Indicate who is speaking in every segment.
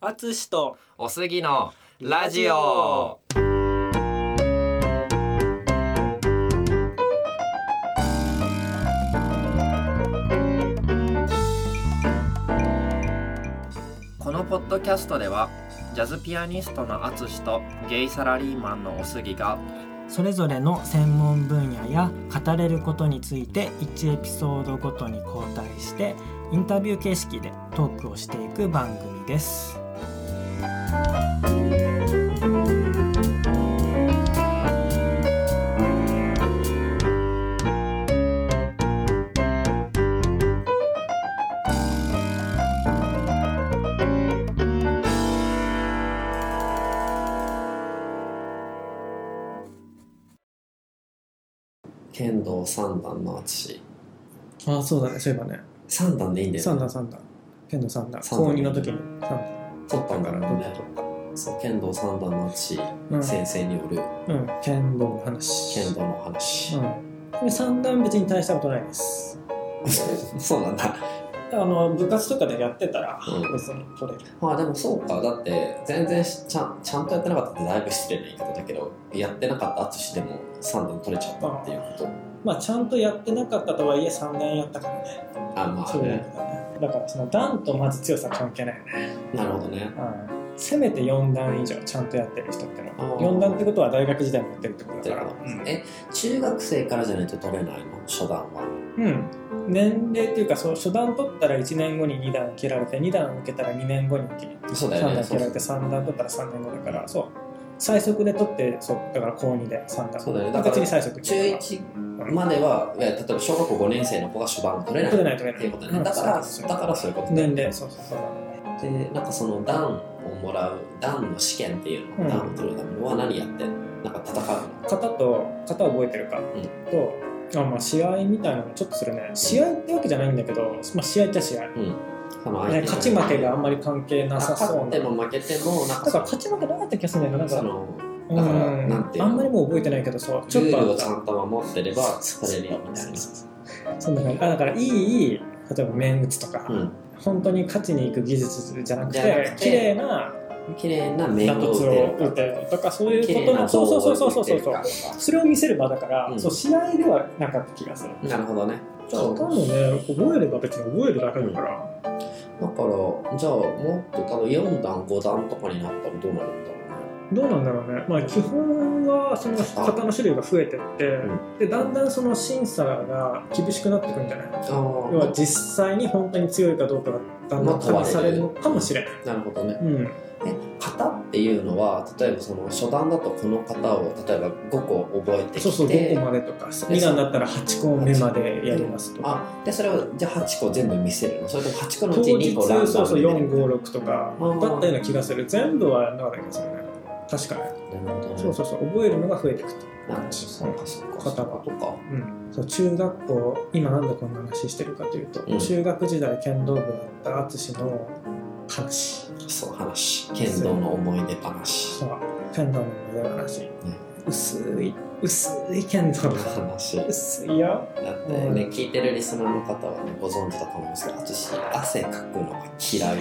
Speaker 1: あつしと
Speaker 2: おすぎのラジオこのポッドキャストではジャズピアニストのあつしとゲイサラリーマンのおすぎが
Speaker 1: それぞれの専門分野や語れることについて1エピソードごとに交代してインタビュー形式でトークをしていく番組です。
Speaker 2: 剣道三段のあつし
Speaker 3: あそうだねそういえばね
Speaker 2: 三段でいいんだよ
Speaker 3: 三
Speaker 2: ね
Speaker 3: 段三段剣道三段
Speaker 2: 三段
Speaker 3: 高二の時に三段
Speaker 2: 取ったんだ
Speaker 3: だ
Speaker 2: か
Speaker 3: からら
Speaker 2: ねそう剣道三段のあつし
Speaker 3: うん、
Speaker 2: 先生による
Speaker 3: うん、剣道の話
Speaker 2: 剣道の話、
Speaker 3: うんでも三段別に大したことないです
Speaker 2: そうなんだ
Speaker 3: あの部活とかでやってたら
Speaker 2: うん
Speaker 3: 別に取れる、
Speaker 2: まあでもそうかだって全然しちゃんちゃんとやってなかったってだいぶ失礼な言い方だけどやってなかったとしても3段取れちゃったっていうこと
Speaker 3: まあちゃんとやってなかったとはいえ三段やったからね
Speaker 2: あまあ
Speaker 3: そういう
Speaker 2: ね
Speaker 3: ことだねだからその段とまず強さ関係ないよね、
Speaker 2: なるほどね
Speaker 3: うん、せめて四段以上ちゃんとやってる人っての
Speaker 2: あ
Speaker 3: は
Speaker 2: ー
Speaker 3: 四段ってことは大学時代もやってるってことだからうん
Speaker 2: え中学生からじゃないと取れないの初段は
Speaker 3: うん、年齢っていうかそう初段取ったら1年後に2段受けられて2段受けたら2年後に受け
Speaker 2: そうだ
Speaker 3: 3
Speaker 2: よ
Speaker 3: 段
Speaker 2: ね
Speaker 3: 受
Speaker 2: そ
Speaker 3: けら
Speaker 2: う
Speaker 3: れて3段取ったら3年後だからそう最速で取ってそうだから高2で3段
Speaker 2: そうだよねだ
Speaker 3: 二
Speaker 2: か
Speaker 3: 十
Speaker 2: ら
Speaker 3: 歳に最速
Speaker 2: 中1まではいや例えば小学校5年生の子が初段を取れない
Speaker 3: 取れない取れ
Speaker 2: っ
Speaker 3: な
Speaker 2: ていう
Speaker 3: い
Speaker 2: ことねだから
Speaker 3: そう
Speaker 2: だからそういうことね
Speaker 3: 年齢そうそうそう
Speaker 2: でなんかその段をもらう段の試験っていうの、
Speaker 3: うん
Speaker 2: 段を取るためには何やってんのなんか戦うの
Speaker 3: 型と型覚えてるか、とあまあ試合みたいなのちょっとするね試合ってわけじゃないんだけど、まあ、試合っちゃ試合、ね、
Speaker 2: その相手の
Speaker 3: 勝ち負けがあんまり関係なさそう
Speaker 2: 勝っ
Speaker 3: な
Speaker 2: て
Speaker 3: だか
Speaker 2: も負けてもなん
Speaker 3: ら
Speaker 2: かその
Speaker 3: 勝ち負けなかった気がするんだよねなんか
Speaker 2: そのだから
Speaker 3: うん
Speaker 2: なんていうの
Speaker 3: あんまりもう覚えてないけどそうち
Speaker 2: ル
Speaker 3: ょっとあ
Speaker 2: ール
Speaker 3: っ
Speaker 2: をち
Speaker 3: た
Speaker 2: ゃんと守ってれば取れるよみたいな
Speaker 3: そんな感じあだからいいいい例えば面打つとか、
Speaker 2: うん
Speaker 3: 本当に勝ちに行く技術じゃなく
Speaker 2: じゃなく
Speaker 3: て
Speaker 2: て
Speaker 3: 綺麗な
Speaker 2: 綺麗な面
Speaker 3: 打
Speaker 2: を
Speaker 3: 突を打
Speaker 2: 打
Speaker 3: って
Speaker 2: る
Speaker 3: てるとかそうい
Speaker 2: 綺
Speaker 3: うこ
Speaker 2: 麗
Speaker 3: と
Speaker 2: な
Speaker 3: のそうそうそうそう
Speaker 2: を
Speaker 3: そ
Speaker 2: 打
Speaker 3: う
Speaker 2: て
Speaker 3: そう
Speaker 2: るか
Speaker 3: それを見せる場だから、
Speaker 2: うん
Speaker 3: そう試合ではなかった気がする
Speaker 2: なるほどねじゃあ
Speaker 3: ほとんどね覚えれば別に覚えるだけだから、
Speaker 2: だからじゃあもっと多分4段5段とかになったらどうなるんだろ
Speaker 3: どうなんだろうねまあ基本はその型の種類が増えてって、
Speaker 2: う
Speaker 3: でだんだんその審査が厳しくなってくるんじゃないう要
Speaker 2: ね
Speaker 3: は実際に本当に強いかどうかがだんだん試されるのかもしれない、
Speaker 2: なるほどね
Speaker 3: うん
Speaker 2: え型っていうのは例えばその初段だとこの型を例えば5個覚えてきて
Speaker 3: そうそう5個までとか2段だったら8個目までやりますとか
Speaker 2: あでそれをじゃあ8個全部見せるのそれとも8個の
Speaker 3: 当
Speaker 2: う
Speaker 3: 日
Speaker 2: ち2個ランダムで
Speaker 3: そうそう
Speaker 2: 出てくる
Speaker 3: 456とか
Speaker 2: うん
Speaker 3: だったような気がする全部はなかった気がするね確かね
Speaker 2: なるほどね
Speaker 3: そうそうそう覚えるのが増えていくと、
Speaker 2: なんかそうかそうか
Speaker 3: 型が
Speaker 2: とか
Speaker 3: うん、そう中学校今なんでこんな話してるかというと、
Speaker 2: うん
Speaker 3: 中学時代剣道部だった淳の話
Speaker 2: そう話剣道の思い出話
Speaker 3: そう剣道の腕の話、薄い薄い剣道
Speaker 2: そ
Speaker 3: の
Speaker 2: の話だっ
Speaker 3: 薄いよ
Speaker 2: てね、聞いてるリスナーの方は、ね、ご存知だと思うんですけど私汗かくのが嫌い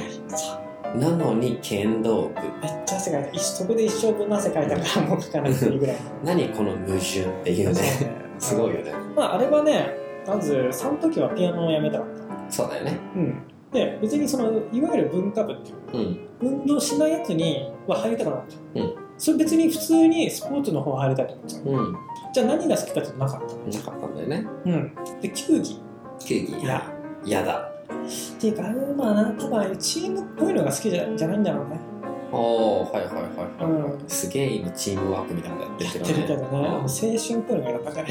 Speaker 2: なのに剣道部
Speaker 3: めっちゃ汗かいた一そこで一生分の汗かいたからもう書かなくていいぐら い
Speaker 2: 何この矛盾っていうね すごいよね
Speaker 3: まああれはねまずその時はピアノをやめたかった
Speaker 2: そうだよね
Speaker 3: うんで別にそのいわゆる文化部っていう
Speaker 2: うん
Speaker 3: 運動しないやつには入りたくなかった、
Speaker 2: うん
Speaker 3: それ別に普通にスポーツの方入りたいと思ってた
Speaker 2: うん
Speaker 3: じゃあ何が好きかっていうとなかった
Speaker 2: なかったんだよね
Speaker 3: うんで球技
Speaker 2: 球技
Speaker 3: いや
Speaker 2: やだ
Speaker 3: っていうかあれはまあなんかまあチームっぽいのが好きじゃじゃないんだろうね
Speaker 2: おおはいはいはいはい、
Speaker 3: うん
Speaker 2: すげえ今チームワークみたいなのやってるけ
Speaker 3: や
Speaker 2: ど
Speaker 3: っ
Speaker 2: ね
Speaker 3: てるけどね青
Speaker 2: うん
Speaker 3: 春っぽいのがやったから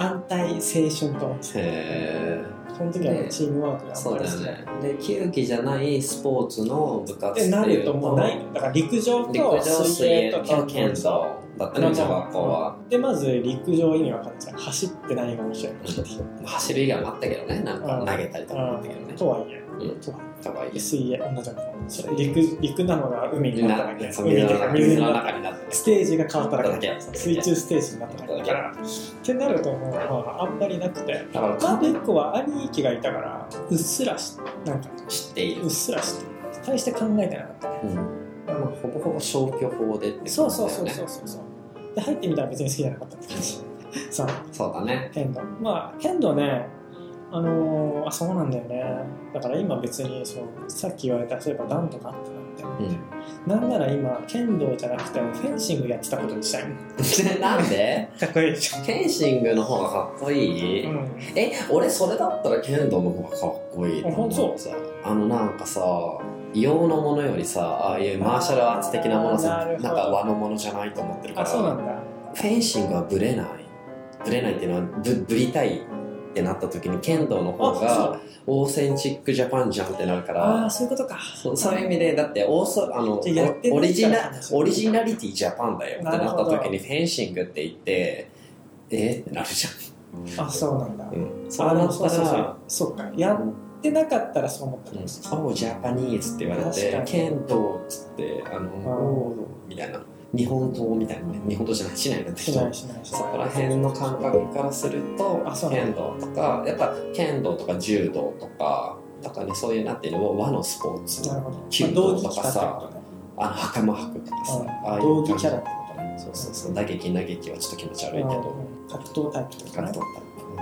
Speaker 3: 安泰青春と思って
Speaker 2: へー
Speaker 3: その時はねチームワークがあん
Speaker 2: そう
Speaker 3: まり
Speaker 2: だ
Speaker 3: 好
Speaker 2: よ
Speaker 3: きじゃない
Speaker 2: ね。で、球技じゃないスポーツの部活って
Speaker 3: で
Speaker 2: いう
Speaker 3: なるともうないだから陸上
Speaker 2: 陸
Speaker 3: と
Speaker 2: 上、水
Speaker 3: 水泳
Speaker 2: 泳
Speaker 3: と
Speaker 2: と剣道だったね、
Speaker 3: うん
Speaker 2: 小学校は。
Speaker 3: でまず陸上意味わかんないじゃん走って何が面白いのかって
Speaker 2: 走る以外もあったけどね、なん
Speaker 3: う
Speaker 2: か
Speaker 3: ん
Speaker 2: 投げたりとかもあったけどね。
Speaker 3: とはいえ、
Speaker 2: うん
Speaker 3: とはい
Speaker 2: かわい
Speaker 3: え
Speaker 2: いし。
Speaker 3: 水泳同じだからそれ陸陸なのが海になっただけ
Speaker 2: なそう
Speaker 3: 海
Speaker 2: 水
Speaker 3: で
Speaker 2: の中
Speaker 3: 水
Speaker 2: 水
Speaker 3: に
Speaker 2: の
Speaker 3: なった
Speaker 2: 中になって
Speaker 3: ステージが変わっただけ
Speaker 2: だけ
Speaker 3: 水中ステージになっただけだからってなるともう、まあ、あんまりなくて
Speaker 2: だから、
Speaker 3: あと一個は兄貴がいたからうっすらしなんか
Speaker 2: 知っていうる
Speaker 3: っ。すらして解して考えてなかったね、
Speaker 2: うんまあほぼほぼ消去法でってことだよね
Speaker 3: そうそうそうそうそうそうで入ってみたら別に好きじゃなかったって感じ そう
Speaker 2: そうだね
Speaker 3: 剣道まあ剣道ねあのーあそうなんだよねだから今別にそうさっき言われたそういえば段とかあったなっ
Speaker 2: う
Speaker 3: て、
Speaker 2: ん
Speaker 3: なんなら今剣道じゃなくてフェンシングやってたことにしたいもん
Speaker 2: なんで
Speaker 3: かっこいいじゃん
Speaker 2: ケンシングの方がかっこいい、
Speaker 3: うん
Speaker 2: え俺それだったら剣道の方がかっこいいと
Speaker 3: あほん
Speaker 2: 思
Speaker 3: と
Speaker 2: うさあのなんかさ異様のものよりさああいうマーシャルアーツ的なもの
Speaker 3: あーな
Speaker 2: さ
Speaker 3: るほ
Speaker 2: な
Speaker 3: ど
Speaker 2: んか和のものじゃないと思ってるか
Speaker 3: あ
Speaker 2: ら
Speaker 3: そうなんだ
Speaker 2: フェンシングはブレないブレないっていうのはぶぶりたいってなった時に剣道の方
Speaker 3: あ
Speaker 2: がオーセンチックジャパンじゃんってなるか
Speaker 3: ああ
Speaker 2: ら
Speaker 3: ーそういうことか
Speaker 2: そうそういう意味でだってオーソあの
Speaker 3: じゃあやって
Speaker 2: オ
Speaker 3: ない
Speaker 2: リジ
Speaker 3: から
Speaker 2: ナ
Speaker 3: 話
Speaker 2: オリジナリティジャパンだよってな
Speaker 3: なる
Speaker 2: っ
Speaker 3: ほ
Speaker 2: た
Speaker 3: ど
Speaker 2: 時にフェンシングって言ってえーってなるじゃん
Speaker 3: あそうなんだ、
Speaker 2: うん、そ
Speaker 3: あ
Speaker 2: うな
Speaker 3: の
Speaker 2: っ
Speaker 3: そう
Speaker 2: た
Speaker 3: そうそう
Speaker 2: ら
Speaker 3: そうかやってなかったらそう思った
Speaker 2: う
Speaker 3: か
Speaker 2: ん
Speaker 3: もしれない、
Speaker 2: 「おうジャパニーズ」って言われ
Speaker 3: 確か
Speaker 2: て
Speaker 3: に
Speaker 2: 「剣道」っつって「あの
Speaker 3: あー
Speaker 2: おうみたいな「日本刀」みたいなね日本刀じゃない市内だって
Speaker 3: しないしないしない
Speaker 2: そこら辺の感覚からすると
Speaker 3: あそうなんだ
Speaker 2: 剣道とかやっぱ剣道とか柔道とかとかねそういうなんていうの和のスポーツ
Speaker 3: なるほど
Speaker 2: 弓
Speaker 3: まあ
Speaker 2: 道
Speaker 3: 道着
Speaker 2: と
Speaker 3: 着
Speaker 2: か
Speaker 3: たって
Speaker 2: さ
Speaker 3: ことね
Speaker 2: あの袴履くとかさああいう
Speaker 3: 道
Speaker 2: 感
Speaker 3: 着
Speaker 2: じ
Speaker 3: キャラってことね
Speaker 2: そうそうそう打撃打撃はちょっと気持ち悪いけど
Speaker 3: うん格闘タイプってこと
Speaker 2: ガ
Speaker 3: ね
Speaker 2: ッと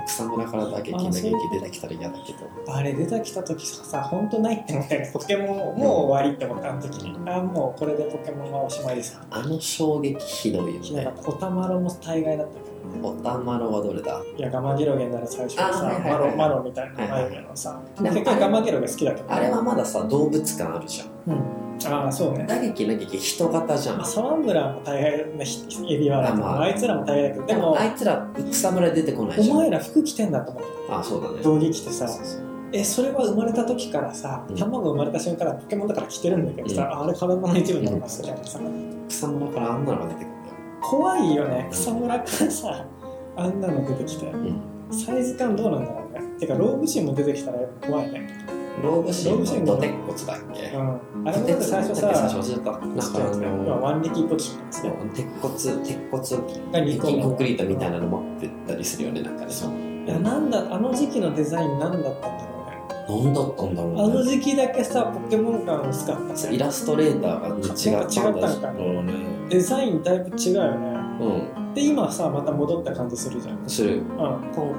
Speaker 2: 草むらから打撃
Speaker 3: あ
Speaker 2: 打
Speaker 3: ーそう
Speaker 2: 撃出てきたら嫌だけど
Speaker 3: あれ出てきた時さ本当ないって思ったよねポケモンもう終わりって思ったあの時にあもうこれでポケモンはおしまいですか
Speaker 2: あの衝撃ひどいよ
Speaker 3: ひな
Speaker 2: ね
Speaker 3: かったおたまろも大概だったけどね
Speaker 2: おたまろはどれだ
Speaker 3: いやガマゲロゲになる最初のさ、
Speaker 2: あはいはいはいはい
Speaker 3: マロマロみたいな眉毛のさ、
Speaker 2: いはい
Speaker 3: 結構ガマゲロゲ好きだけど、ね、
Speaker 2: あれはまださ動物感あるじゃん
Speaker 3: うんああそうね
Speaker 2: 打撃打撃人型じゃ
Speaker 3: まあ
Speaker 2: ん
Speaker 3: サワンブラも大概ねひひエビワラとか
Speaker 2: あまあ
Speaker 3: あいつらも大概だけどで
Speaker 2: で
Speaker 3: も
Speaker 2: もあいつら草むら出てこないじゃ
Speaker 3: お
Speaker 2: ん
Speaker 3: 前ら服着てんだと思って
Speaker 2: あそうだね
Speaker 3: 道着着てさ
Speaker 2: そうそう
Speaker 3: えそれは生まれた時からさ
Speaker 2: うん
Speaker 3: 卵生まれた瞬間からポケモンだから着てるんだけどさ、
Speaker 2: うん
Speaker 3: あれ体の一部になりますみたいなさ、
Speaker 2: 草むらからあんなのが出てくるんだよ
Speaker 3: 怖いよね草むらからさあんなの出てきて
Speaker 2: うん
Speaker 3: サイズ感どうなんだろうねてか老婦人も出てきたらやっぱ怖いね
Speaker 2: ローブシーンのドテッコツだっけ
Speaker 3: うんあれ
Speaker 2: ド
Speaker 3: も
Speaker 2: テ
Speaker 3: だって
Speaker 2: ッコツ
Speaker 3: 最
Speaker 2: だっ
Speaker 3: 初
Speaker 2: け最初
Speaker 3: さ
Speaker 2: 教えたなん
Speaker 3: ちっち
Speaker 2: か
Speaker 3: ゃい
Speaker 2: あ
Speaker 3: 時
Speaker 2: の
Speaker 3: 今ワンリキポジションですね
Speaker 2: 鉄骨鉄骨
Speaker 3: が
Speaker 2: 鉄
Speaker 3: 二個
Speaker 2: 筋コンクリートみたいなの持ってったりするよねなんかね
Speaker 3: いやなんだあの時期のデザインなんだったんだろうね
Speaker 2: 何だったんだろうね
Speaker 3: あの時期だけさポケモン感薄かったさ
Speaker 2: イラストレーターが違ったんだろうね
Speaker 3: デザインだいぶ違うよね
Speaker 2: う
Speaker 3: で今さまた戻った感じするじゃんうん
Speaker 2: んする
Speaker 3: あ
Speaker 2: 今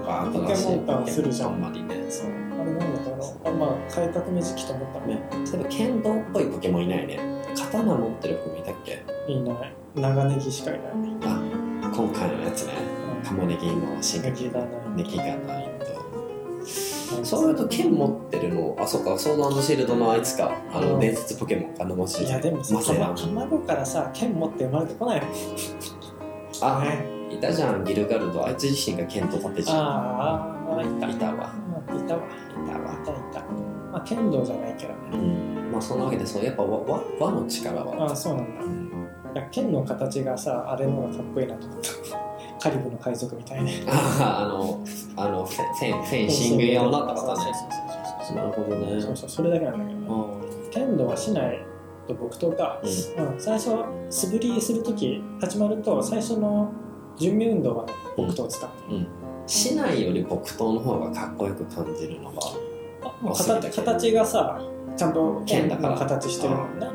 Speaker 2: 回新しい
Speaker 3: ポケモン感するじゃん
Speaker 2: あんまりねそう
Speaker 3: れなんだったろうあまあ改革の時期と思ったね
Speaker 2: ねそういえば剣道っぽいポケモンいないね刀持ってる子もいたっけ
Speaker 3: いいない長ネギしかいないうん
Speaker 2: あ今回のやつね玉ねぎの進化
Speaker 3: ネギだな
Speaker 2: ネギがないとそういうと剣持ってるのあそうかソードシールドのあいつかあの伝説ポケモンかのマジ
Speaker 3: いやでもさ
Speaker 2: マセラン
Speaker 3: 卵からさ剣持って生まれてこないよね
Speaker 2: あいたじゃんギルガルドあいつ自身が剣と盾じゃん
Speaker 3: あーあーいた
Speaker 2: いたわ
Speaker 3: うんいたわ
Speaker 2: いたわ
Speaker 3: いたいたまあ剣道じゃないけどね
Speaker 2: うんまあそんなわけでそうやっぱ和和和の力
Speaker 3: ああ
Speaker 2: は
Speaker 3: そうなんだ
Speaker 2: うん
Speaker 3: いや剣の形がさあれのがかっこいいなと思ったカリブの海賊みたいね
Speaker 2: ああのあのフェフェンフェンシング用のってことねなるほどね
Speaker 3: そうそうそれだけなんだけどね
Speaker 2: あ
Speaker 3: 剣道は市内と木刀か、うん最初素振りする時始まると最初の準備運動は木刀を使う、
Speaker 2: ー市内より木刀の方がかっこよく感じるのが
Speaker 3: あもう
Speaker 2: 忘れて
Speaker 3: 形形がさちゃんと
Speaker 2: 剣
Speaker 3: 剣
Speaker 2: だから
Speaker 3: の形してるもんね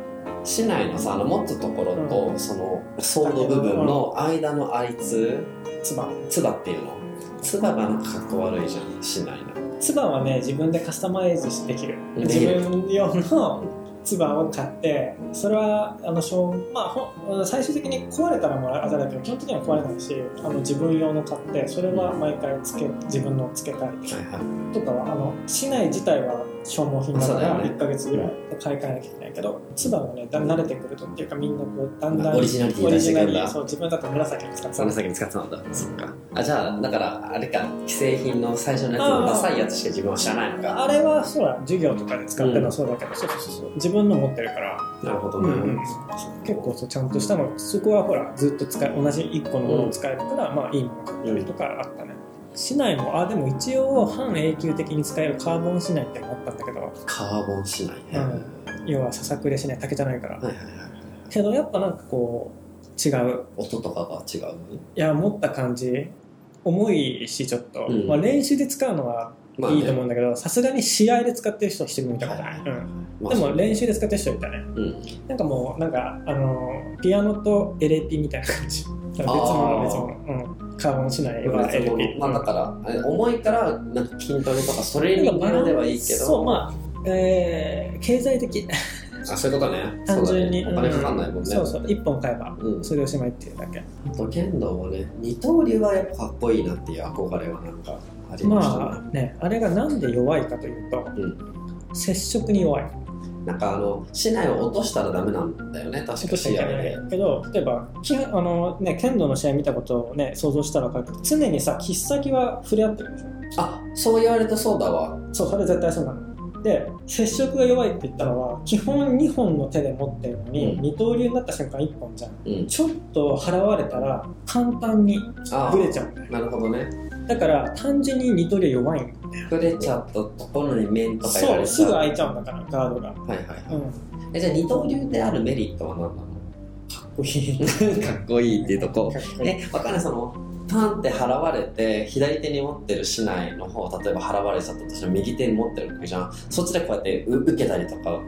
Speaker 2: 市内のさあの持つところと、そのソード部分の間のあいつ
Speaker 3: つば
Speaker 2: つばっていうのつばがなんかかっこ悪いじゃん市内の
Speaker 3: つばはね自分でカスタマイズできる
Speaker 2: で
Speaker 3: 自
Speaker 2: きる
Speaker 3: 分用のつばを買ってそれはあのしょう、まあ、ほん最終的に壊れたらもらうあれだけど基本的には壊れないしあの自分用の買ってそれは毎回つけ自分の付け替え
Speaker 2: はいはい
Speaker 3: とかはあの市内自体は消耗品だか
Speaker 2: そうだよ
Speaker 3: ら
Speaker 2: ね
Speaker 3: 1ヶ月ぐらいで買い替えなきゃいけないけどつばはねだ慣れてくるとっていうかみんなこうだんだん
Speaker 2: オリジナリティ
Speaker 3: オ
Speaker 2: 出
Speaker 3: リ
Speaker 2: して
Speaker 3: ジ
Speaker 2: く
Speaker 3: ナ
Speaker 2: るん
Speaker 3: リ
Speaker 2: だ
Speaker 3: そう自分だと紫を使って
Speaker 2: そ
Speaker 3: た
Speaker 2: の先に使ってたんだそっかあじゃあだからあれか既製品の最初のやつ
Speaker 3: あ
Speaker 2: の
Speaker 3: ー
Speaker 2: ダサいやつしか自分は知らないのか
Speaker 3: あれはそうだ授業とかで使ってるのはそうだけど、そうそうそうそう自分の持ってるから
Speaker 2: なるほど
Speaker 3: う
Speaker 2: ね、
Speaker 3: んうん結構そうちゃんとしたのそこはほらずっと使い同じ1個のものを使えるから、まあいいもの買ったりとかあったね、市内もあでも一応半永久的に使えるカーボン市内ってのがあったんだけど
Speaker 2: カーボン市内ね、
Speaker 3: うん要はささくれ市内竹じゃないから、
Speaker 2: はいはいはい
Speaker 3: けどやっぱなんかこう違う
Speaker 2: 音とかが違う
Speaker 3: いや持った感じ重いしちょっと、
Speaker 2: うん
Speaker 3: まあ、練習で使うのは
Speaker 2: まあね
Speaker 3: いいと思うんだけどさすがに試合で使ってる人は一人も見たことない、うん
Speaker 2: まあ
Speaker 3: でも練習で使ってる人いたね
Speaker 2: うん
Speaker 3: なんかもうなんかあのピアノとエレピみたいな感じ別物
Speaker 2: あー
Speaker 3: 別物、うん、カーボンしない
Speaker 2: まあ
Speaker 3: エレピ、
Speaker 2: まあだからあれ重いからなんか筋トレとかそれに
Speaker 3: なんか
Speaker 2: ま
Speaker 3: バラン
Speaker 2: ではいいけど
Speaker 3: そうまあ、えー経済的
Speaker 2: あそういうことね
Speaker 3: 単純に
Speaker 2: そうだねお金かかんないもんね、
Speaker 3: そうそう1本買えば
Speaker 2: うん
Speaker 3: それでおしまいっていうだけ
Speaker 2: あと剣道はね二刀流はやっぱかっこいいなっていう憧れはなんかありましたね、
Speaker 3: まあねあれがなんで弱いかというと、接触に弱い
Speaker 2: なんかあの竹刀を落としたらダメなんだよね確
Speaker 3: ちょっ
Speaker 2: か
Speaker 3: としか
Speaker 2: 試
Speaker 3: いけ
Speaker 2: 合
Speaker 3: ない
Speaker 2: で
Speaker 3: けど例えばきあの、ね、剣道の試合見たことを、ね、想像したら分かるけど常にさ切っ先は触れ合ってるでしょ
Speaker 2: あそう言われるとそうだわ
Speaker 3: そうそれ絶対そうなので接触が弱いって言ったのは基本2本の手で持ってるのに、
Speaker 2: うん
Speaker 3: 二刀流になった瞬間1本じゃん
Speaker 2: うん
Speaker 3: ちょっと払われたら簡単に
Speaker 2: あ
Speaker 3: ブレちゃうんだよ
Speaker 2: あなるほどね
Speaker 3: だから単純に二刀流弱いん
Speaker 2: ブレちゃったところに面とかやら
Speaker 3: そ
Speaker 2: れ
Speaker 3: う
Speaker 2: ち
Speaker 3: すぐ
Speaker 2: ゃう
Speaker 3: 開いちゃうんだからガードが、
Speaker 2: はいはいはい、
Speaker 3: うん、
Speaker 2: えじゃあ二刀流であるメリットは何な
Speaker 3: かっこいい
Speaker 2: の かっこいいっていうとこ
Speaker 3: かっこいい
Speaker 2: えわかんないそのパンって払われて左手に持ってる竹刀の方例えば払われちゃったとしても右手に持ってるわけじゃんそっちでこうやってう受けたりとかは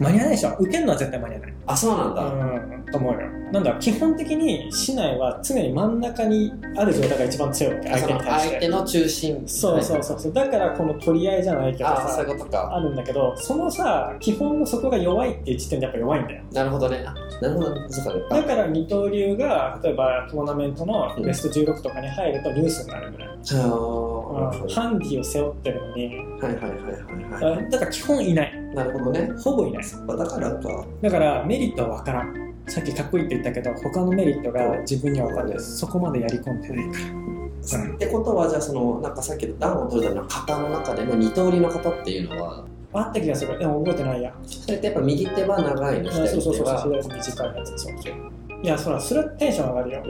Speaker 3: 間に合わないでしょ受けるのは絶対間に合わない
Speaker 2: あそうなんだ、
Speaker 3: うんと思うよなんだ基本的に市内は常に真ん中にある状態が一番強いわけ
Speaker 2: あ
Speaker 3: 相
Speaker 2: そ
Speaker 3: 手に
Speaker 2: の
Speaker 3: 対し
Speaker 2: 相手
Speaker 3: て
Speaker 2: の中心
Speaker 3: そうそうそうそうだからこの取り合いじゃないけど
Speaker 2: ああ
Speaker 3: さ
Speaker 2: そういうことか
Speaker 3: あるんだけどそのさ基本のそこが弱いっていう時点でやっぱ弱いんだよ
Speaker 2: なるほどねあなるほどそうか
Speaker 3: だから二刀流が例えばトーナメントのベスト16とかに入るとニュースになるぐらい、
Speaker 2: あー
Speaker 3: うんハンディを背負ってるのに
Speaker 2: はいはいはいはいは
Speaker 3: だだから基本いない
Speaker 2: いなるほどね
Speaker 3: ほぼいない
Speaker 2: まあだからか
Speaker 3: だからメリットは分からんさっきかっこいいって言ったけど他のメリットが自分には分かんないそこまでやり込んでないから
Speaker 2: ってことはじゃあそのなんかさっきの段を取るための型の中での二刀流の型っていうのは
Speaker 3: あった気がするでも覚えてないや
Speaker 2: それってやっぱ右手は長いの
Speaker 3: そうそうそう
Speaker 2: 左手
Speaker 3: そう
Speaker 2: は
Speaker 3: 左手短いやつそういやそらそれはテンション上がるよ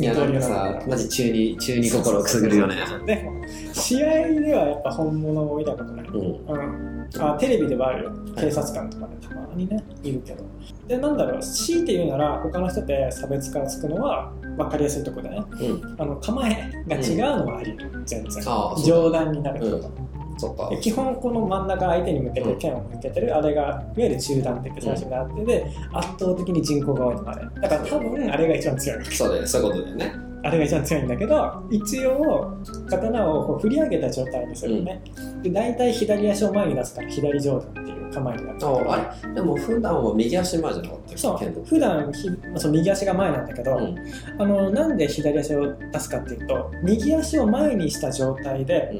Speaker 2: いやなんかさマジ中二中二心をくすぐるよね
Speaker 3: でも試合ではやっぱ本物を見たことない
Speaker 2: うん
Speaker 3: うん、あテレビではあるよ
Speaker 2: はい
Speaker 3: 警察官とかでたまにねいるけどでなんだろう強いて言うなら他の人で差別化がつくのは分かりやすいとこだね
Speaker 2: うん
Speaker 3: あの構えが違うのはあり、全然
Speaker 2: ああそう
Speaker 3: 上段になること、
Speaker 2: そうか
Speaker 3: で基本この真ん中相手に向けて剣を向けてる、あれがいわゆる中段って言って最初にあってで圧倒的に人口が多いのがあれだから多分あれが一番強い
Speaker 2: そうだよそういうことだよね
Speaker 3: あれが一番強いんだけど一応刀をこう振り上げた状態にするのね、で大体左足を前に出すから左上段っていう構えになって
Speaker 2: ああれでも普段は右足前じゃなかったっけ
Speaker 3: そう普段ひその右足が前なんだけど、
Speaker 2: うん
Speaker 3: あのなんで左足を出すかっていうと右足を前にした状態で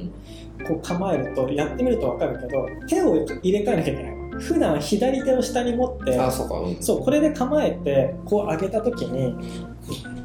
Speaker 2: うん
Speaker 3: こう構えるとやってみると分かるけど手を入れ替えなきゃいけない普段左手を下に持って
Speaker 2: ああそうかうん
Speaker 3: そうこれで構えてこう上げた時に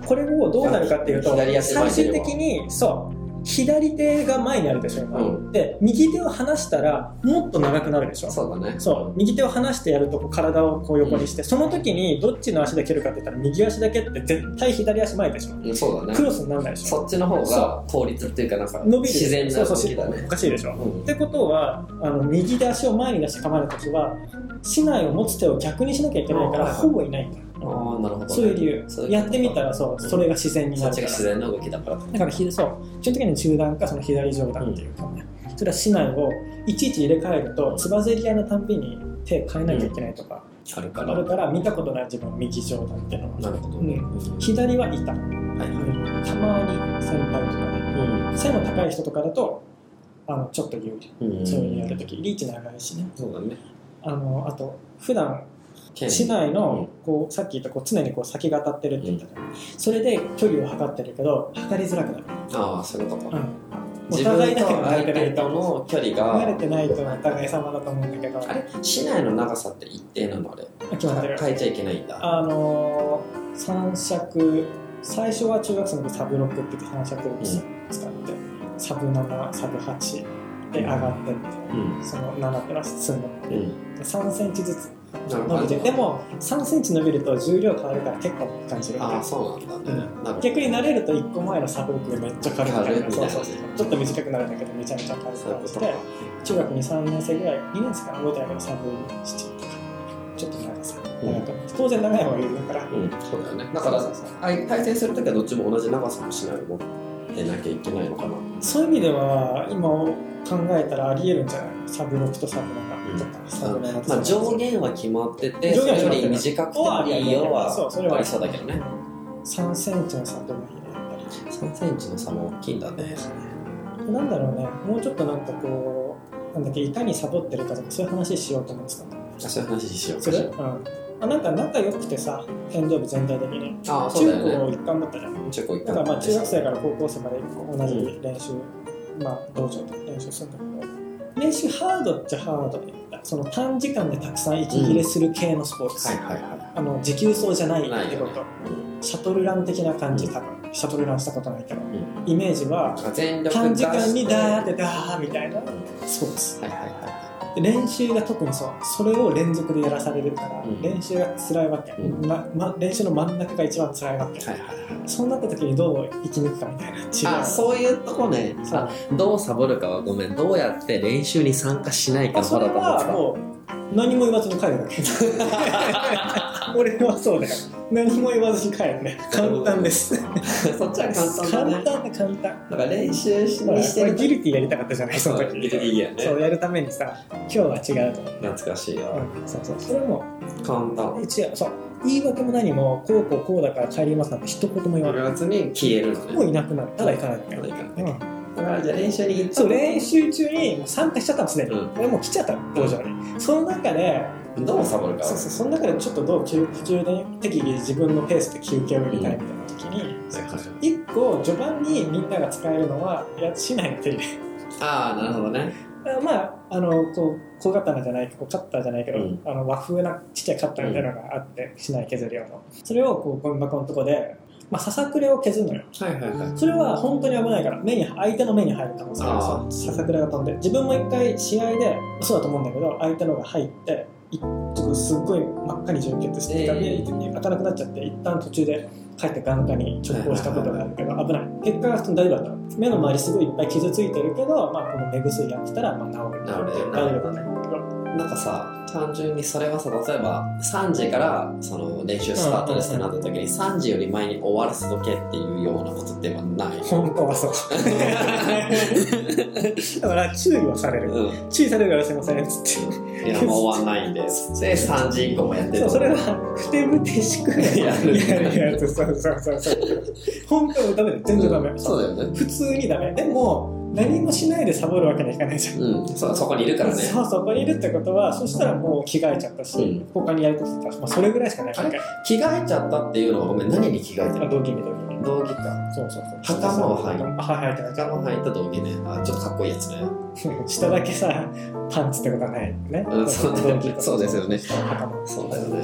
Speaker 3: これをどうなるかっていうと
Speaker 2: 左足前
Speaker 3: 最終
Speaker 2: に出れば
Speaker 3: 的にそう左手が前にあるでしょ今、
Speaker 2: うん
Speaker 3: で右手を離したらもっと長くなるでしょ
Speaker 2: そうだね
Speaker 3: そう右手を離してやるとこう体をこう横にして、その時にどっちの足で蹴るかって言ったら右足だけって絶対左足前でしょ
Speaker 2: うんそうだ
Speaker 3: ク
Speaker 2: ね
Speaker 3: ロスにならないでしょ
Speaker 2: そっちの方が効率っていうかなんか
Speaker 3: 伸びる
Speaker 2: 自然な動
Speaker 3: そうそう
Speaker 2: きだね
Speaker 3: おかしいでしょ
Speaker 2: うん
Speaker 3: ってことはあの右で足を前に出して構える時は竹刀を持つ手を逆にしなきゃいけないか
Speaker 2: あ
Speaker 3: ら
Speaker 2: ー
Speaker 3: ほぼいないんだよ
Speaker 2: ああなるほどね、
Speaker 3: そういう理由
Speaker 2: そういうことか
Speaker 3: やってみたらそうそれが自然に
Speaker 2: そ
Speaker 3: なる
Speaker 2: っち
Speaker 3: か
Speaker 2: が
Speaker 3: ら
Speaker 2: 自然な動きだから
Speaker 3: だからひそう基本的に中段かその左上段っていうかね、それは竹刀をいちいち入れ替えるとつばぜり合いのたんびに手変えなきゃいけないとか、
Speaker 2: あるから
Speaker 3: あるから見たことない自分の右上段っていうのは
Speaker 2: なるほどね、
Speaker 3: う
Speaker 2: うん
Speaker 3: 左はいた、
Speaker 2: はいはい
Speaker 3: たまに先輩とかね背の高い人とかだとあのちょっと有利
Speaker 2: うんうん
Speaker 3: そういうのやるときリーチ長いしね
Speaker 2: そうだね
Speaker 3: あのあと普段
Speaker 2: 剣
Speaker 3: 市内のこうさっき言ったこう常にこう先が当たってるって言ったじゃん、それで距離を測ってるけど測りづらくなる、
Speaker 2: ああそういうこと、
Speaker 3: うん、お
Speaker 2: 自分
Speaker 3: 互いだ
Speaker 2: と
Speaker 3: けが
Speaker 2: 相
Speaker 3: 慣れてな
Speaker 2: 手
Speaker 3: い
Speaker 2: と
Speaker 3: と
Speaker 2: の距離
Speaker 3: 慣れ
Speaker 2: が
Speaker 3: てないとお互い様だと思うんだけど
Speaker 2: あれ市内の長さって一定なのあれ
Speaker 3: 決まってる
Speaker 2: 変えちゃいけないんだ
Speaker 3: あのー三尺最初は中学生の時サブ6って言って三尺を使って、サブ7サブ8で上がってって、
Speaker 2: うん
Speaker 3: その7プラス積んでって
Speaker 2: うん
Speaker 3: 3センチずつ
Speaker 2: なる
Speaker 3: 伸
Speaker 2: ほ
Speaker 3: びて
Speaker 2: ど
Speaker 3: でも3センチ伸びると重量変わるから結構感じる
Speaker 2: ああそうなんだね、なるほど
Speaker 3: 逆に慣れると1個前のサブ6がめっちゃ軽いみたい
Speaker 2: 軽いみたい
Speaker 3: な
Speaker 2: な
Speaker 3: そうそうそうちょっと短くなるんだけどめちゃめちゃ軽く
Speaker 2: そういう
Speaker 3: 感
Speaker 2: こ
Speaker 3: じ
Speaker 2: と
Speaker 3: て
Speaker 2: か
Speaker 3: 中学2、3年生ぐらい、2年生かな覚えてないけど、サブ7とか、ちょっと長さ、長く当然長い方がいいだから、
Speaker 2: うんそうだよねだからあい対戦するときはどっちも同じ長さの市内を持っってなきゃいけないのかな
Speaker 3: そういう意味では今考えたらありえるんじゃないサブ6とサブ7とか、サブ7と
Speaker 2: ま
Speaker 3: サ
Speaker 2: あ、
Speaker 3: ブ
Speaker 2: 上限は決まってて、
Speaker 3: 上
Speaker 2: そ
Speaker 3: 限は決
Speaker 2: れよ
Speaker 3: まってる
Speaker 2: り短くてもいいよは、
Speaker 3: そうそれ
Speaker 2: やっ
Speaker 3: は
Speaker 2: ぱりそうだけどね。
Speaker 3: 3センチの差でもいいねやっぱり
Speaker 2: 3センチの差も大きいんだね。
Speaker 3: なんだろうね、もうちょっとなんかこう、なんだっけ、いかにサボってるかとか、そういう話しようと思うんですか。
Speaker 2: そういう話しよう
Speaker 3: それ、うん。あ、なんか仲良くてさ、剣道部全体的に。
Speaker 2: ああ、そう
Speaker 3: 中
Speaker 2: だよ
Speaker 3: 高
Speaker 2: ね。
Speaker 3: 一貫だったじゃん。
Speaker 2: 中高一
Speaker 3: だ
Speaker 2: 貫
Speaker 3: からまあ中学生から高校生まで同じ練習、まあ道場で練習するんだけど、練習ハードっちゃハードで、その短時間でたくさん息切れする系のスポーツ。
Speaker 2: はいはいは
Speaker 3: あの持久走じゃない
Speaker 2: ない
Speaker 3: ってこ
Speaker 2: よね
Speaker 3: と。
Speaker 2: い。うん
Speaker 3: シャトルラン的な感じ、
Speaker 2: うん
Speaker 3: 多分。シャトルランしたことないけど、
Speaker 2: ん
Speaker 3: イメージは、
Speaker 2: 全力
Speaker 3: 短
Speaker 2: 出
Speaker 3: 時
Speaker 2: して
Speaker 3: 間にダーってダーみたいな
Speaker 2: うん
Speaker 3: スポーツ。
Speaker 2: はいはいは
Speaker 3: で練習が特にそうそれを連続でやらされるから、
Speaker 2: うん
Speaker 3: 練習が辛いわけ、
Speaker 2: うん
Speaker 3: なま、練習の真ん中が一番辛いわけ、
Speaker 2: いはい。はいはいはい。
Speaker 3: そうなった時にどう生き抜くかみたいなチーム
Speaker 2: あそういうとこね
Speaker 3: そう
Speaker 2: あどうサボるかはごめんどうやって練習に参加しないか
Speaker 3: あ
Speaker 2: の方
Speaker 3: そ
Speaker 2: だ
Speaker 3: れ
Speaker 2: と思って
Speaker 3: は
Speaker 2: た
Speaker 3: もう何も言わずに帰るだけ 俺はそうだよ何も言わずに帰るね簡単です
Speaker 2: そっちは簡単だ
Speaker 3: 簡
Speaker 2: ね
Speaker 3: 単で簡単
Speaker 2: だから練習し
Speaker 3: ほら
Speaker 2: にして
Speaker 3: 俺
Speaker 2: る
Speaker 3: ギルティやりたかったじゃないその時
Speaker 2: ギルティやね
Speaker 3: そうやるためにさ今日は違うと、
Speaker 2: 懐かしいよ
Speaker 3: うん、そうそうそれはもう
Speaker 2: 簡単
Speaker 3: 違うそう言い訳も何もこうこうこうだから帰りますなんて一言も言わない
Speaker 2: 月に消えるのね
Speaker 3: もういなくなるただ行かないだけ、
Speaker 2: ただ行かない
Speaker 3: うん、
Speaker 2: だからじゃあ練習に行った
Speaker 3: そう練習中にもう参加しちゃったんですね、
Speaker 2: うん
Speaker 3: 俺もう来ちゃったの道場にその中で
Speaker 2: どうサボるか
Speaker 3: そうそうその中でちょっとどう休憩で適宜自分のペースで休憩を入れたいみたいな時に、
Speaker 2: はいはい
Speaker 3: 一個序盤にみんなが使えるのはや市内の手入れ
Speaker 2: ああなるほどね
Speaker 3: まああのこう小刀じゃないこうカッターじゃないけど、
Speaker 2: うん
Speaker 3: あの和風なちっちゃいカッターみたいなのがあって、市内削り用のそれをこうゴミ箱のとこで、まあ、ささくれを削るのよ
Speaker 2: はいはいはい
Speaker 3: それは本当に危ないから目に相手の目に入る可能性があ
Speaker 2: あ
Speaker 3: る
Speaker 2: ー
Speaker 3: ささくらが飛んで自分も一回試合でそうだと思うんだけど相手のが入っていちょっとすっごい真っ赤に準決して、
Speaker 2: えー
Speaker 3: 開かなくなっちゃって一旦途中で帰って眼科に直行したこと があるけど危ない結果が普通に大丈夫だったの目の周りすごいいっぱい傷ついてるけど、まあ、この目薬やってたらまあ治る
Speaker 2: なるほど
Speaker 3: 大丈夫だったんだけど
Speaker 2: なんかさ単純にそれはさ例えば3時からその練習スタートですってなった時に3時より前に終わらせとけっていうようなことってはない
Speaker 3: 本当は そうだから注意はされる
Speaker 2: うん
Speaker 3: 注意されるからすいませんっつって
Speaker 2: いやもう終わんないんですで3時以降もやって
Speaker 3: そ
Speaker 2: る
Speaker 3: うそれはふてぶてしくや
Speaker 2: やる
Speaker 3: るやつそうそうそうそう本当にダメだよ全然ダメ、
Speaker 2: そうだよね
Speaker 3: 普通にダメでも何もしないでサボるわけにはいかないじゃん、
Speaker 2: うんそそこにいるからね
Speaker 3: そうそこにいるってことはそしたらもう着替えちゃったし、
Speaker 2: うん
Speaker 3: 他にやることって言ったら、まあ、それぐらいしかないからあ
Speaker 2: 着替えちゃったっていうのはごめん何に着替えてる
Speaker 3: 同期に同期に
Speaker 2: 道着か
Speaker 3: そうそうそう
Speaker 2: 袴をはい
Speaker 3: あはいはいってない
Speaker 2: 袴履いた道着ねあちょっとかっこいいやつね
Speaker 3: 下だけさパンツってことはないね、
Speaker 2: うんそうだよ ねそうですよね
Speaker 3: 袴
Speaker 2: そうだよね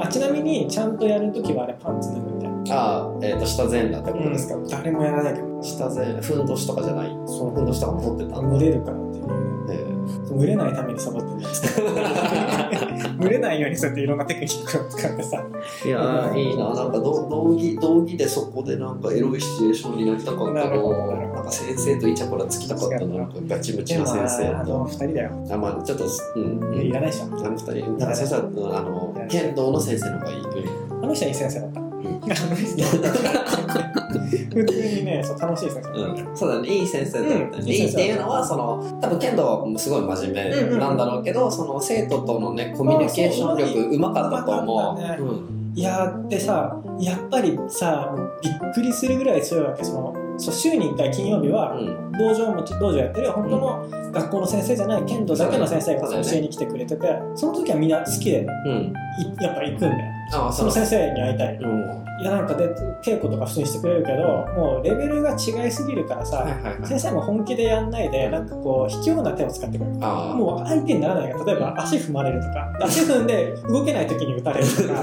Speaker 3: あちなみにちゃんとやるときはあれパンツ脱ぐみたいな
Speaker 2: ああえっ、と下前裸ってことですか、
Speaker 3: 誰もやらないけど
Speaker 2: 下前ふんどしとかじゃない
Speaker 3: そう
Speaker 2: ふんどしとかも取ってたんだ
Speaker 3: 蒸れるからっていう
Speaker 2: えー
Speaker 3: 蒸れないためにサボってるんです 蒸れないようにそうやっていろんなテクニックを使ってさ
Speaker 2: いやーいいななんかど道着道着でそこでなんかエロいシチュエーションになりたかった
Speaker 3: な
Speaker 2: な
Speaker 3: るほどなるほど
Speaker 2: なんか先生とイチャコラつきたかったななんかガチムチ
Speaker 3: で
Speaker 2: な
Speaker 3: も
Speaker 2: 先
Speaker 3: あ
Speaker 2: 生
Speaker 3: の
Speaker 2: と
Speaker 3: 二人だよ
Speaker 2: あまあちょっとうんうん
Speaker 3: いらないでしょ
Speaker 2: あの二人なんかそしたらあの剣道の先生の方がいい、うん
Speaker 3: あの人はいい先生だったあの人普通にねそう楽しい先生だった
Speaker 2: うん、そうだねいい先生だったね、
Speaker 3: うん
Speaker 2: いいっていうのはその多分剣道はすごい真面目なんだろうけど、その生徒とのねコミュニケーション力うまかったと
Speaker 3: うまか
Speaker 2: 思う
Speaker 3: ったね
Speaker 2: うん
Speaker 3: いやーってさやっぱりさびっくりするぐらい強いわけそのそう週に1回金曜日は
Speaker 2: うん
Speaker 3: 道場も道場やってる本当の学校の先生じゃない剣道だけの先生が
Speaker 2: そうだよね
Speaker 3: 教えに来てくれててその時はみんな好きで
Speaker 2: うん
Speaker 3: いやっぱ行くんだよ
Speaker 2: ああ
Speaker 3: その先生に会いたい
Speaker 2: うん
Speaker 3: いやなんかで稽古とか普通にしてくれるけどもうレベルが違いすぎるからさ、
Speaker 2: はいはいはい
Speaker 3: 先生も本気でやんないでなんかこう卑怯な手を使ってくる
Speaker 2: ああ
Speaker 3: もう相手にならないから例えば足踏まれるとか足踏んで動けない時に打たれるとかも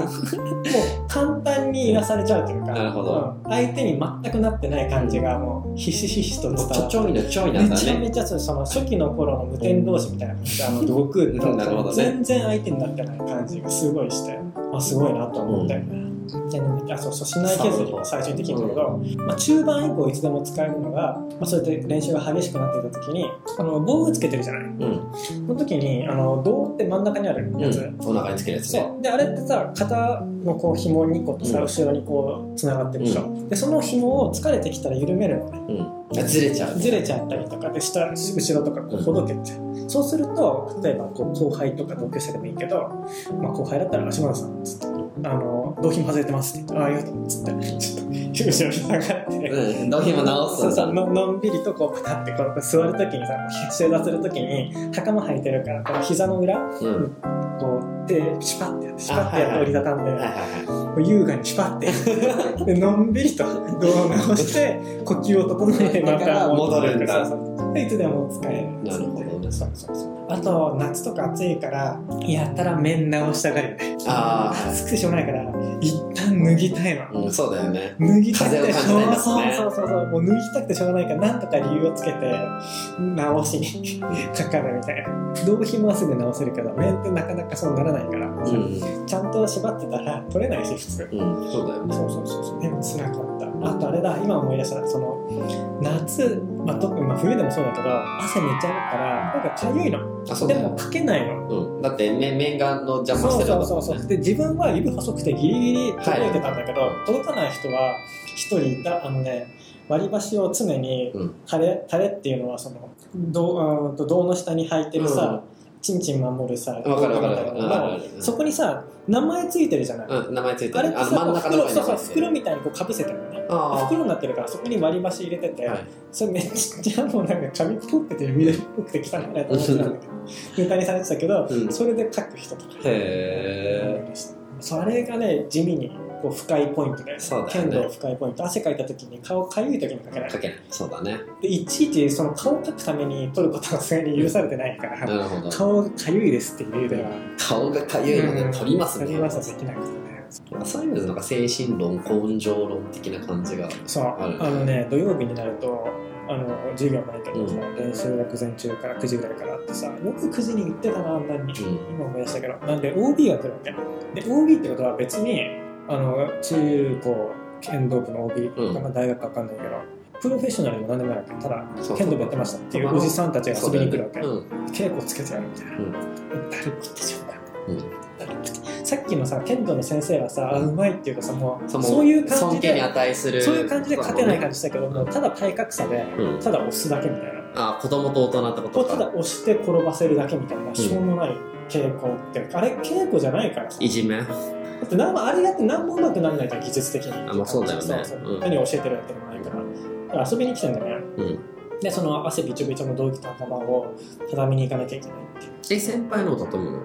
Speaker 3: う簡単にいなされちゃうというか
Speaker 2: なるほど
Speaker 3: うん相手に全くなってない感じがもうひしひしと伝
Speaker 2: もうち
Speaker 3: わ
Speaker 2: ょ
Speaker 3: っ
Speaker 2: ち
Speaker 3: て。
Speaker 2: ょいのちょいなん
Speaker 3: め
Speaker 2: だ
Speaker 3: ちゃ
Speaker 2: ね
Speaker 3: めちゃそうその初期の頃の無天同士みたいな感じであの悟空
Speaker 2: うんなるほどね
Speaker 3: 全然相手になってない感じがすごいしてあすごいなと思って、えーなんだっけあそうそうしない削りが最終的にだけど、まあ、中盤以降いつでも使えるのが、まあ、そうやって練習が激しくなっていた時にあの防具つけてるじゃない
Speaker 2: うん、
Speaker 3: その時にあの胴って真ん中にある
Speaker 2: う
Speaker 3: やつ、
Speaker 2: ん、お腹につけるやつね
Speaker 3: そうであれってさ肩のこう紐2個とさ、
Speaker 2: うん
Speaker 3: 後ろにこうつながってるでしょ、
Speaker 2: う
Speaker 3: でその紐を疲れてきたら緩めるのね
Speaker 2: うんあずれちゃう
Speaker 3: ずれちゃったりとかで下後ろとかこうほどけちゃう、そうすると例えばこう後輩とか同級生でもいいけど、まあ、後輩だったら「足村さん」っつって「あの同品外れてます」って言って「あありがとう」っつってちょっと後ろに下がって。
Speaker 2: うんどうにも直す
Speaker 3: そうん
Speaker 2: だ
Speaker 3: そうののんびりとこうパタってこう座るときにさ正座するときに袴履いてるからこの膝の裏
Speaker 2: うん
Speaker 3: こう手シュパッてやってシュパッてやって
Speaker 2: あはいはい
Speaker 3: 折りたたんで、
Speaker 2: はいはいは
Speaker 3: もう優雅にシュパッてでのんびりと動画を直して呼吸を整えてまた
Speaker 2: 戻るんだ
Speaker 3: そうそうでいつでも使える
Speaker 2: いなるほどねそうそうそう
Speaker 3: あと夏とか暑いからやったら面直したがるよね
Speaker 2: ああ
Speaker 3: 暑くてしょうがないから一旦脱ぎたいの
Speaker 2: はい、うん、そうだよね
Speaker 3: 脱ぎたくてしょうがない
Speaker 2: 風を感じたい
Speaker 3: そ
Speaker 2: ん
Speaker 3: うそうそうそうもう脱ぎたくてしょうがないからなんとか理由をつけて直しにかかるみたいな動品はすぐ直せるけど面ってなかなかそうならないから、
Speaker 2: うん
Speaker 3: ちゃんと縛ってたら取れないし普通
Speaker 2: うんそうだよね
Speaker 3: そうそうそうそうでも辛かったあとあれだ今思い出したその夏、まあ、特にまあ冬でもそうだけど汗めっちゃあるからなんかかゆいの
Speaker 2: あそう
Speaker 3: で
Speaker 2: だよ
Speaker 3: も
Speaker 2: ね
Speaker 3: かけないの
Speaker 2: うん、だって面面がの邪魔し
Speaker 3: そ
Speaker 2: て
Speaker 3: う
Speaker 2: るんだ
Speaker 3: そ
Speaker 2: も
Speaker 3: うんそうそうで自分は指細くてギリギリ届いてたんだけど、
Speaker 2: はい
Speaker 3: 届かない人は一人いたあのね割り箸を常に
Speaker 2: うん
Speaker 3: タレタレっていうのはその胴うんと胴の下に履いてるさ、ちんちん守るさ
Speaker 2: わかるわか
Speaker 3: みたいな
Speaker 2: るうん
Speaker 3: の
Speaker 2: わかる
Speaker 3: が
Speaker 2: わかる
Speaker 3: そこにさ名前ついてるじゃない、
Speaker 2: うん、名前ついて
Speaker 3: あれっ
Speaker 2: る
Speaker 3: て
Speaker 2: あの
Speaker 3: さ
Speaker 2: 真ん中
Speaker 3: 袋
Speaker 2: の前に
Speaker 3: そうそう
Speaker 2: ついて
Speaker 3: 袋
Speaker 2: る
Speaker 3: みたいにこうかぶせてるのね
Speaker 2: あ
Speaker 3: 袋になってるからそこに割り箸入れてて、
Speaker 2: あ、はい、
Speaker 3: それめっちゃもうなんか紙っぽくて緑っぽくて汚いなと思ってたんだけどネタにされてたけど、
Speaker 2: うん
Speaker 3: それで書く人とか
Speaker 2: へ
Speaker 3: それがね地味にこう不快ポイントで、
Speaker 2: そうだよ
Speaker 3: 剣
Speaker 2: ね
Speaker 3: 道不快ポイント汗かいた時に顔かゆい時にかけない
Speaker 2: えかけないそうだね
Speaker 3: でいちいちその顔を描くために取ることはさすがに許されてないから、
Speaker 2: なるほど
Speaker 3: 顔がかゆいですっていう理由では
Speaker 2: 顔がかゆいの
Speaker 3: うん
Speaker 2: で取りますね
Speaker 3: 取りますはできないからね
Speaker 2: そういうのなんか精神論根性論的な感じが
Speaker 3: そう
Speaker 2: ある
Speaker 3: あのね土曜日になるとあの授業ないけどさ、練習が午前中から9時ぐらいからあってさよく9時に行ってたなあんなに、
Speaker 2: うん
Speaker 3: 今思い出したけどなんで OB が来るわけで OB ってことは別にあの中高剣道部の OB、
Speaker 2: うん
Speaker 3: まあ大学かわかんないけどプロフェッショナルでも何でもないわけただ
Speaker 2: そう
Speaker 3: 剣道部やってましたっていうおじさんたちが遊びに来るわけ、
Speaker 2: そうだよね
Speaker 3: 稽古つけてやるみたいな、
Speaker 2: うん
Speaker 3: だるくてしょうがない
Speaker 2: うん
Speaker 3: だるくてさっきのさ剣道の先生はさあうまいっていうかさもう
Speaker 2: そ
Speaker 3: そうう
Speaker 2: も
Speaker 3: いう感じ
Speaker 2: 尊敬に
Speaker 3: で
Speaker 2: 値する
Speaker 3: そういう感じで勝てない感じしたけども、ただ体格差で、
Speaker 2: うん
Speaker 3: ただ押すだけみたいな。
Speaker 2: あ子供と大人ってこ
Speaker 3: ことうただ
Speaker 2: か
Speaker 3: 押して転ばせるだけみたいな、しょうもない傾向って、あれ稽古じゃないからさ。
Speaker 2: いじめあ
Speaker 3: だって何もあれやって何もうまくならないじゃん、技術的に。
Speaker 2: まあそうだよね
Speaker 3: そうそう
Speaker 2: うん
Speaker 3: 何を教えてるわけでもないから。だから遊びに来てんだよね。
Speaker 2: うん
Speaker 3: で、その汗びちょびちょの同期と頭を畳に行かなきゃいけないっていう。
Speaker 2: え先輩の建物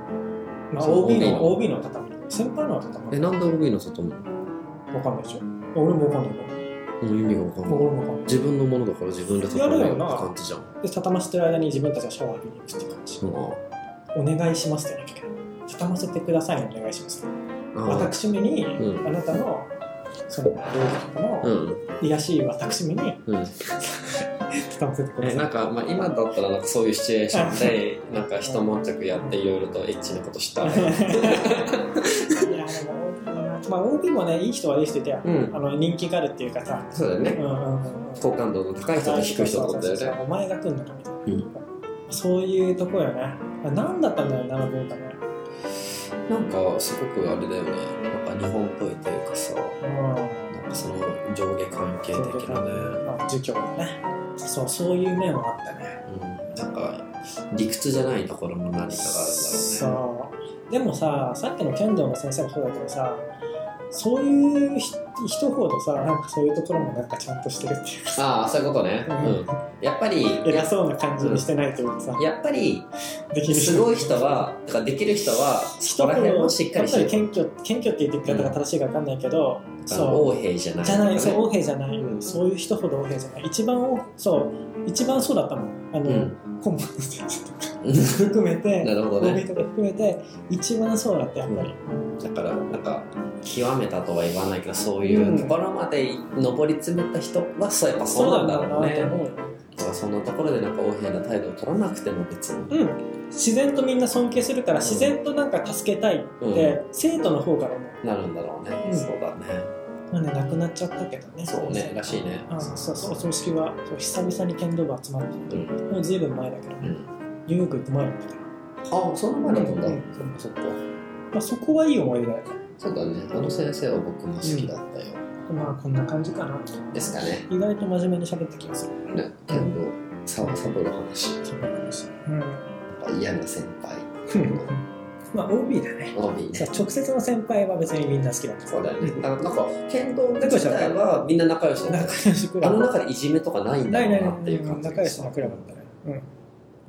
Speaker 3: まあ、
Speaker 2: そう
Speaker 3: OB
Speaker 2: OB の
Speaker 3: の、OB の畳。先輩のは畳。
Speaker 2: えなんで OB の建物も
Speaker 3: わかんないでしょ。俺もわかんないから。
Speaker 2: う意味がわかんない
Speaker 3: 俺もわかんない。
Speaker 2: 自分のものだから自分で建
Speaker 3: や
Speaker 2: 物
Speaker 3: るよな
Speaker 2: って感じじゃん
Speaker 3: で、畳ませてる間に自分たちはシャワー浴びに行くっていう感じ。
Speaker 2: うん
Speaker 3: お願いしますってやらなきゃいけない畳ませてくださいお願いします
Speaker 2: ああ
Speaker 3: 私めに、
Speaker 2: うん
Speaker 3: あなたのその道具とか
Speaker 2: う
Speaker 3: の
Speaker 2: ん
Speaker 3: 癒しい私めに
Speaker 2: うん
Speaker 3: 畳ませてくだ
Speaker 2: え
Speaker 3: さい、
Speaker 2: なんか、まあ、今だったらなんかそういうシチュエーショ ンでなんか一悶着やっていろいろとエッチなことしたい
Speaker 3: いやでも OB もなまあ OB もねいい人はいい人いて、
Speaker 2: うん
Speaker 3: あの人気があるっていうかさ
Speaker 2: そうだよ
Speaker 3: う
Speaker 2: ね
Speaker 3: んうんうんうん
Speaker 2: 好感度の高い人と低い人ってことだよね
Speaker 3: お前が来んのかみたいな、
Speaker 2: うん
Speaker 3: そういうとこよねあ何だったんだろうなあの文化ね
Speaker 2: なんかすごくあれだよねなんか日本っぽいというかさ
Speaker 3: うん
Speaker 2: なんかその上下関係的なね、
Speaker 3: まあ儒教だねそうそういう面はあったね
Speaker 2: うん、なんか理屈じゃないところの何かがあるんだろうね
Speaker 3: そうでもささっきの剣道の先生もそうだけどさそういうひ人ほどさなんかそういうところもなんかちゃんとしてるっていうか
Speaker 2: ああそういうことね、う
Speaker 3: うん
Speaker 2: ん、やっぱり
Speaker 3: 偉そうな感じにしてないというかさ、
Speaker 2: やっぱり
Speaker 3: できる
Speaker 2: すごい人はだからできる人はそ
Speaker 3: 人ほ
Speaker 2: こら
Speaker 3: ど
Speaker 2: 辺
Speaker 3: や
Speaker 2: も
Speaker 3: っ
Speaker 2: しっかりし
Speaker 3: ぱ
Speaker 2: て
Speaker 3: り
Speaker 2: る
Speaker 3: 謙虚謙虚って言って方が正しいか分かんないけど、
Speaker 2: あの
Speaker 3: そ
Speaker 2: 横兵じゃな
Speaker 3: う
Speaker 2: い
Speaker 3: じゃないそう
Speaker 2: と
Speaker 3: 横
Speaker 2: かね
Speaker 3: 兵じゃない、
Speaker 2: うん
Speaker 3: そういう人ほど横兵じゃない一番おそう一番そうだったもんあの、顧問の先生とか
Speaker 2: うん
Speaker 3: 含めて
Speaker 2: なるほど
Speaker 3: OB
Speaker 2: ね
Speaker 3: とか含めて一番そうだったやっぱり、
Speaker 2: だからなんか極めたとは言わないけどそういうところまで上り詰めた人はそうやっぱそうなんだろうね
Speaker 3: そうなんだろうなと思うよ
Speaker 2: かそんなところでなんか横柄な態度を取らなくても別に
Speaker 3: うん、自然とみんな尊敬するから
Speaker 2: うん
Speaker 3: 自然となんか助けたいって、
Speaker 2: う
Speaker 3: 生徒の方からも、
Speaker 2: なるんだろうね、
Speaker 3: うん
Speaker 2: そうだね
Speaker 3: まあね、なくなっちゃったけどね
Speaker 2: そうねらしいね
Speaker 3: あそうそうお葬式はそう久々に剣道部集まって
Speaker 2: うん
Speaker 3: もうずいぶん前だけど、
Speaker 2: う
Speaker 3: ね
Speaker 2: ん
Speaker 3: ニューヨーク行く前だったから、
Speaker 2: あその前だったんだ、
Speaker 3: うん
Speaker 2: そっかそっか
Speaker 3: まあ、そこはいい思い出だよ
Speaker 2: そうだねあの先生は僕も好きだったよ、
Speaker 3: まあこんな感じかな
Speaker 2: ですかね
Speaker 3: 意外と真面目に喋った気がする
Speaker 2: ね剣道サボサボの話
Speaker 3: うん
Speaker 2: 嫌な先輩
Speaker 3: まあ OB だね
Speaker 2: OB ね
Speaker 3: さ直接の先輩は別にみんな好きだった
Speaker 2: そうだよね
Speaker 3: うん
Speaker 2: あのなんか剣道部自体はみんな仲良しだっ
Speaker 3: 仲
Speaker 2: た
Speaker 3: 良しク
Speaker 2: あ
Speaker 3: ラ
Speaker 2: の
Speaker 3: ブ
Speaker 2: 中でいじめとかないんだ
Speaker 3: ないな
Speaker 2: ろ
Speaker 3: いうな
Speaker 2: なっていう
Speaker 3: い
Speaker 2: 感じ
Speaker 3: 仲良しのクラブだったねうん
Speaker 2: ま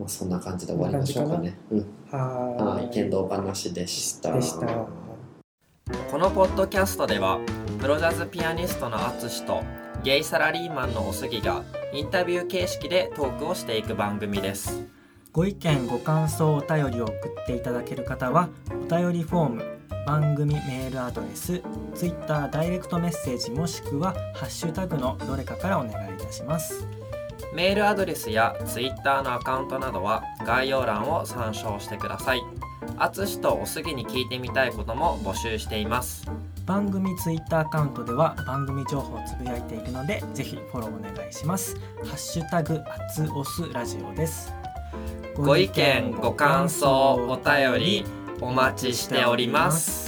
Speaker 2: あそんな感じで終わりましょうかねうん
Speaker 3: は
Speaker 2: は
Speaker 3: ー
Speaker 2: い剣道話でした
Speaker 3: でした
Speaker 4: このポッドキャストではプロジャズピアニストの淳とゲイサラリーマンのおすぎがインタビュー形式でトークをしていく番組です
Speaker 1: ご意見ご感想お便りを送っていただける方はお便りフォーム番組メールアドレス Twitter ダイレクトメッセージもしくは「ハッシュタグのどれか」からお願いいたします
Speaker 4: メールアドレスや Twitter のアカウントなどは概要欄を参照してください淳とおすぎに聞いてみたいことも募集しています
Speaker 1: 番組 Twitter アカウントでは番組情報をつぶやいているのでぜひフォローお願いします「ハッシュタグあつおすラジオ」です
Speaker 4: ご意見ご感想お便りお待ちしております